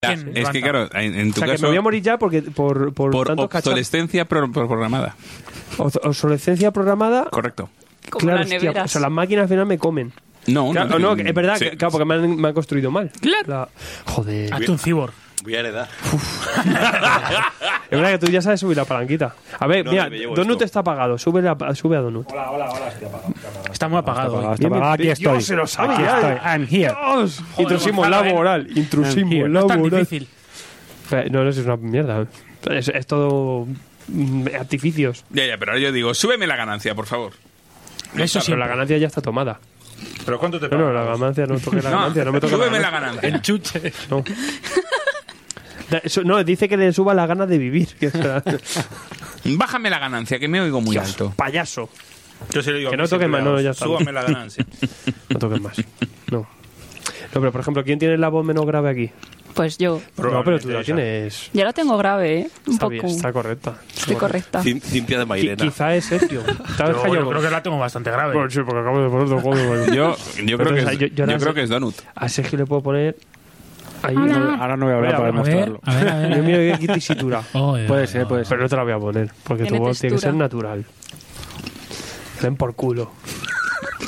Ya, ¿Quién? es que claro, en, en O tu sea, que me caso, voy a morir ya porque por, por, por tantos cacharros. obsolescencia pro- pro- programada. Obs- Obsolescencia programada. Correcto. Como claro, las hostia, neveras. o sea, las máquinas al final me comen. No, Claro, no, sí. es verdad, Sí. que- claro, porque me han, me han construido mal. Claro. La- Joder. Hazte un cibor. Voy a heredar. Es verdad que tú ya sabes subir la palanquita. A ver, No, mira, no, me llevo Donut esto. está apagado. Sube, la, sube a Donut. Está muy apagado. hoy. Hasta para- aquí Dios estoy. se lo sabe, aquí ya. estoy. I'm here. Dios. Intrusismo laboral. Intrusismo Here. eh. No es tan laboral. difícil. Eh, No, no, eso es una mierda. Es, es todo mm, artificios. Ya, ya, pero ahora yo digo, súbeme la ganancia, por favor. Eso sí. Pero la ganancia ya está tomada. ¿Pero cuánto te No, no, pagan? la ganancia no toque la No, ganancia, no me toque la súbeme la ganancia. ganancia. Chuche. No. Da- eso- No, dice que le suba las ganas de vivir. que está- Bájame la ganancia, que me oigo muy alto. Payaso. Yo se lo digo a Que no mis toque más, empleados, no, ya está. Súbame la ganancia. No toques más. No. No, pero por ejemplo, ¿quién tiene la voz menos grave aquí? Pues yo. No, pero tú Probablemente la esa. tienes. Ya la tengo grave, ¿eh? Un Está poco. bien, está correcta. Estoy correcta. Cin- Cintia de Qui- Mairena. Quizá es Sergio. Tal vez Yo, Jayo- yo creo que la tengo bastante grave. Bueno, sí, porque acabo de poner otro juego. bueno. Yo, yo, creo, que Entonces, es, yo- yo, yo ahora- creo que es Donut. A Sergio le puedo poner. Ahí. Ahora no voy a hablar Mira, para a ver, a ver, demostrarlo. a ver, a ver. Yo miro que aquí tesitura. ¿Eh? Oh, eh, Puede ser, puede ser. Pero no te la voy a poner, porque tu Tiene voz tiene que ser textura. natural. Ven por culo.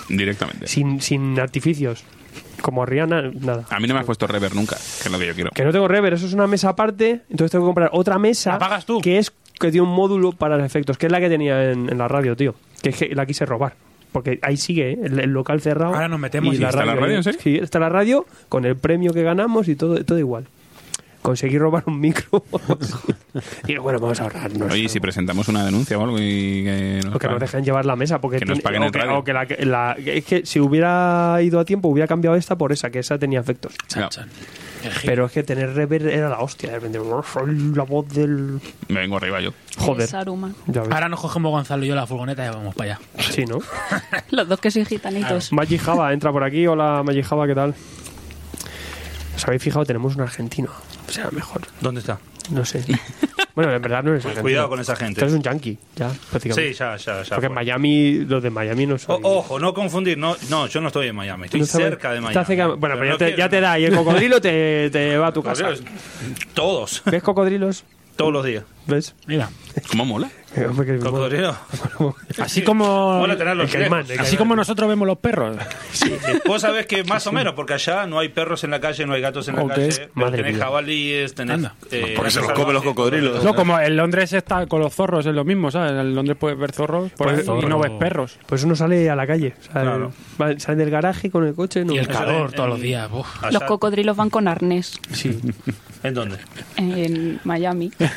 Directamente. Sin, sin artificios. Como Rihanna, nada. A mí no me has puesto rever nunca, que es lo que yo quiero. Que no tengo rever, eso es una mesa aparte, entonces tengo que comprar otra mesa. ¿La pagas tú? Que es que tiene un módulo para los efectos, que es la que tenía en, en la radio, tío. Que es que la quise robar. Porque ahí sigue, ¿eh? el, el local cerrado. Ahora nos metemos y y la está radio. la radio, ahí. ¿sí? Sí, está la radio con el premio que ganamos y todo, todo igual. Conseguí robar un micro. y bueno, vamos a ahorrarnos. Oye, ¿y si presentamos una denuncia o algo y que nos O que nos paguen? dejen llevar la mesa. Porque Que nos tiene- paguen o el que- radio. o que la- que la- que es que si hubiera ido a tiempo, hubiera cambiado esta por esa, que esa tenía efectos. No. Pero es que tener rever era la hostia. De repente, "Oh, soy la voz del. Me vengo arriba yo. Joder. Saruman. Ya ves. Ahora nos cogemos Gonzalo y yo la furgoneta y vamos para allá. Sí, ¿no? Los dos que soy gitanitos. Maggi Java, entra por aquí. Hola, Maggi Java, ¿qué tal? ¿Os habéis fijado? Tenemos un argentino. O sea, mejor. ¿Dónde está? No sé. Bueno, en verdad no eres argentino. Cuidado con esa Tú gente. eres un yankee, ya, prácticamente. Sí, ya, ya, ya. Porque en fue. Miami, los de Miami no son. O- ojo, no confundir. No, no, yo no estoy en Miami. Estoy No saben- cerca de Miami. Está cerca- Bueno, pero, no ya, te, quiero- ya te da. Y el cocodrilo te, te va a tu casa. Cocodrilos. Todos, ¿Ves cocodrilos? todos los días. ¿Ves? Mira. ¿Cómo mola? Hombre, que- Cocodrilo. Así como. Mola tenerlos el caimán, lejos. el Así como nosotros vemos los perros. Vos sabés que más o menos, porque allá no hay perros en la calle, no hay gatos en la Ok. calle. pero Madre tenés mía. jabalíes, tenés. Anda. eh, Porque se los salvajes. comen los cocodrilos. No, como en Londres está con los zorros, es lo mismo, ¿sabes? En Londres puedes ver zorros por Pues eso, y zorro. no ves perros. Pues uno sale a la calle. o sea, Claro. va- sale del garaje con el coche. No. Y el Eso calor en- todos los en- días. uf. Allá- Los cocodrilos van con arnés Sí. ¿En dónde? en Miami. eh,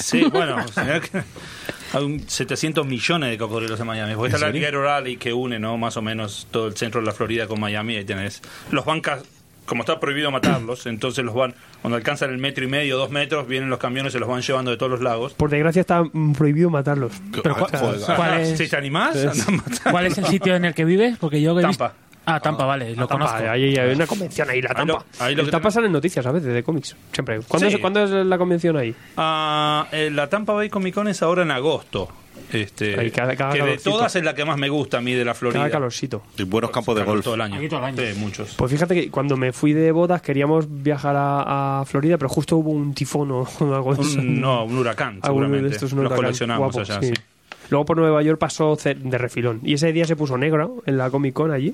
Sí, bueno, o sea que hay un 700 millones de cocodrilos en Miami. Porque está la Rivera Rally que une, ¿no? Más o menos todo el centro de la Florida con Miami. Ahí tenés. Los bancas, como está prohibido matarlos, entonces los van, cuando alcanzan el metro y medio, dos metros, vienen los camiones y los van llevando de todos los Ah, lagos. Por desgracia está mm, prohibido matarlos. Pero ¿Cuál Si es, te animás, anda a matar. ¿Cuál es el sitio en el que vives? Porque yo que he visto- Tampa. Ah, Tampa, vale, lo Tampa, conozco. ahí hay una convención ahí, la Ahí lo- tampa. ahí lo El que tampa tenemos- salen noticias a veces de cómics. Siempre. hay. ¿Cuándo, Sí. es, cuándo es la convención ahí? Ah, eh, la Tampa Bay Comic Con es ahora en agosto. Este, Ahí cada- cada que de calorcito. todas es la que más me gusta a mí de la Florida. Cada calorcito. Y buenos campos de Calor golf. Todo el año. Aquí todo el año. Sí, muchos. Pues fíjate que cuando me fui de bodas queríamos viajar a, a Florida, pero justo hubo un tifón o algo de eso. Un- no, un huracán, Pues Alguno Mm, seguramente. Ah, de estos Los no tan coleccionamos guapos, allá, sí. sí. Luego por Nueva York pasó ce- de refilón. Y ese día se puso negro en la Comic Con allí.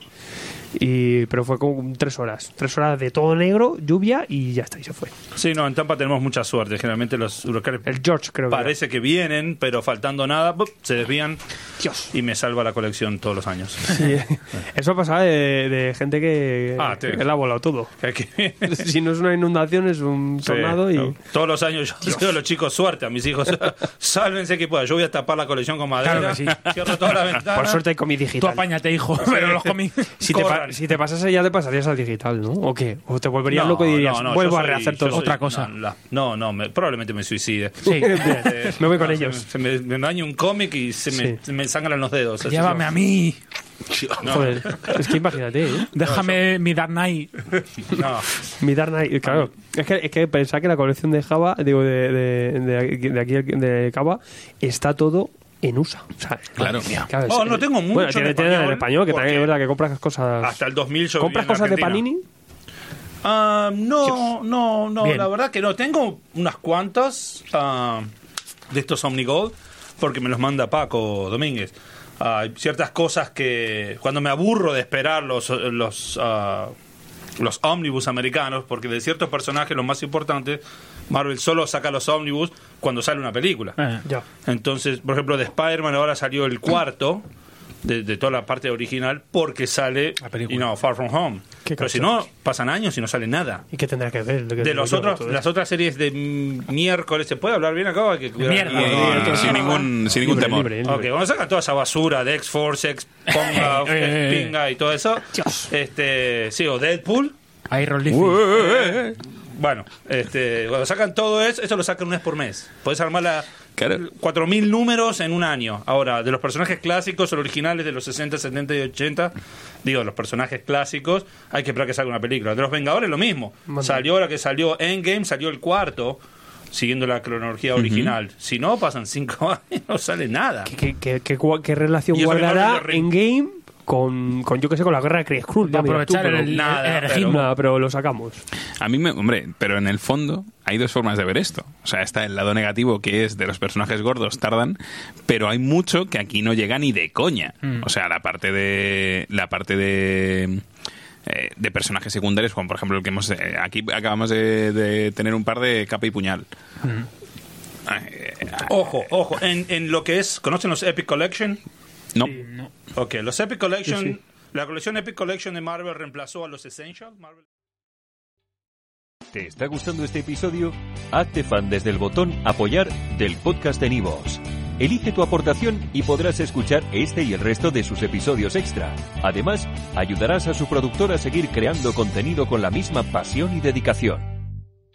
Y, pero fue como tres horas. Tres horas de todo negro, lluvia y ya está, y se fue. Sí, no, en Tampa tenemos mucha suerte. Generalmente los huracanes El George, creo que. era. parece que vienen, pero faltando nada, ¡pup! se desvían. Dios. y me salva la colección todos los años. Sí. Eso pasaba de, de gente que, Ah, que tío. le ha volado todo. Aquí- Si no es una inundación, es un Sí, tornado y... no. Todos los años yo digo a los chicos suerte a mis hijos. Sálvense que pueda. Yo voy a tapar la colección con madera. Claro que sí. Cierro toda la ventana. Por suerte hay comi Tú digital. apáñate, hijo, pero los cómics. Si te, pa- Corran. si te pasase ya te pasarías al digital, ¿no? ¿O qué? ¿O te volverías No, loco y dirías, no, no, vuelvo yo a soy- rehacer yo todo? soy- Otra cosa. No, la- no, no, me- probablemente me suicide. Sí, Eh, Me voy con no, ellos. Se me, se me daña un cómic y se me, Sí. se me sangran los dedos. así llévame que- a mí. No, Joder, es que imagínate, ¿eh? Déjame mi Dark Knight. no. Mi Dark Knight, claro. Es que, es que pensar que la colección de Java, digo, de, de, de aquí- de aquí, de Java, está todo en USA. O sea, Claro. claro, Oh, es- no tengo mucho Bueno, en tiene, tiene en español, español, que también porque es verdad que compras cosas... Hasta el 2000 yo ¿Compras viví en cosas de Argentina. Panini? Ah, no, no, no, Bien. la verdad que no. Tengo unas cuantas ah, de estos Omnigold porque me los manda Paco Domínguez. Ah, Hay ciertas cosas que cuando me aburro de esperar los los ah, los ómnibus americanos, porque de ciertos personajes, los más importantes, Marvel solo saca los ómnibus cuando sale una película. Eh, Ya. Entonces, por ejemplo, de Spider-Man ahora salió el cuarto de, de toda la parte original porque sale La película. y no, Far From Home. Qué Pero si cachondo. no, pasan años y no sale nada. ¿Y qué tendrá que ver? Lo que- De lo los que- otros, todo las otras series de mm, miércoles, ¿se puede hablar bien acá? o hay que cuidar? mierda. Ah, No, no, no, Eh, sin ningún, sin ningún Libre, temor. libre, Ok, libre. vamos a sacar toda esa basura de X-Force, X-Ponga, Eh, eh, eh. X-Pinga y todo eso. Este, sí, o Deadpool. Ahí Rolly. Bueno, este, cuando sacan todo eso, eso lo sacan un mes por mes. Podés armar la, Claro. 4.000 números en un año. Ahora, de los personajes clásicos, los originales de los 60, 70 y 80, digo, los personajes clásicos, hay que esperar que salga una película. De los Vengadores, lo mismo. Salió la que salió Endgame, salió el cuarto, siguiendo la cronología original. Si no, pasan 5 años, no sale nada. ¿Qué- ¿Qué, qué- qué gua- qué relación Y eso que no guardará hablo de en Ring. game con, con, yo que sé, con la guerra de Kree Skrull? Va Ya a miras tú, aprovechar pero- el, nada, el pero- registro. Nada, pero lo sacamos. A mí me, hombre, pero en el fondo hay dos formas de ver esto. O sea, está el lado negativo que es de los personajes gordos tardan, pero hay mucho que aquí no llega ni de coña. O sea, la parte de la parte de eh, de personajes secundarios, como por ejemplo el que hemos eh, aquí acabamos de, de tener un par de capa y puñal. Eh, Ojo, ojo, en, en lo que es, ¿conocen los Epic Collection? no. Ok, los Epic Collection, la colección Epic Collection de Marvel reemplazó a los Essentials. Marvel ¿Te está gustando este episodio? Hazte fan desde el botón Apoyar del podcast de Nivos. Elige tu aportación y podrás escuchar este y el resto de sus episodios extra. Además, ayudarás a su productor a seguir creando contenido con la misma pasión y dedicación.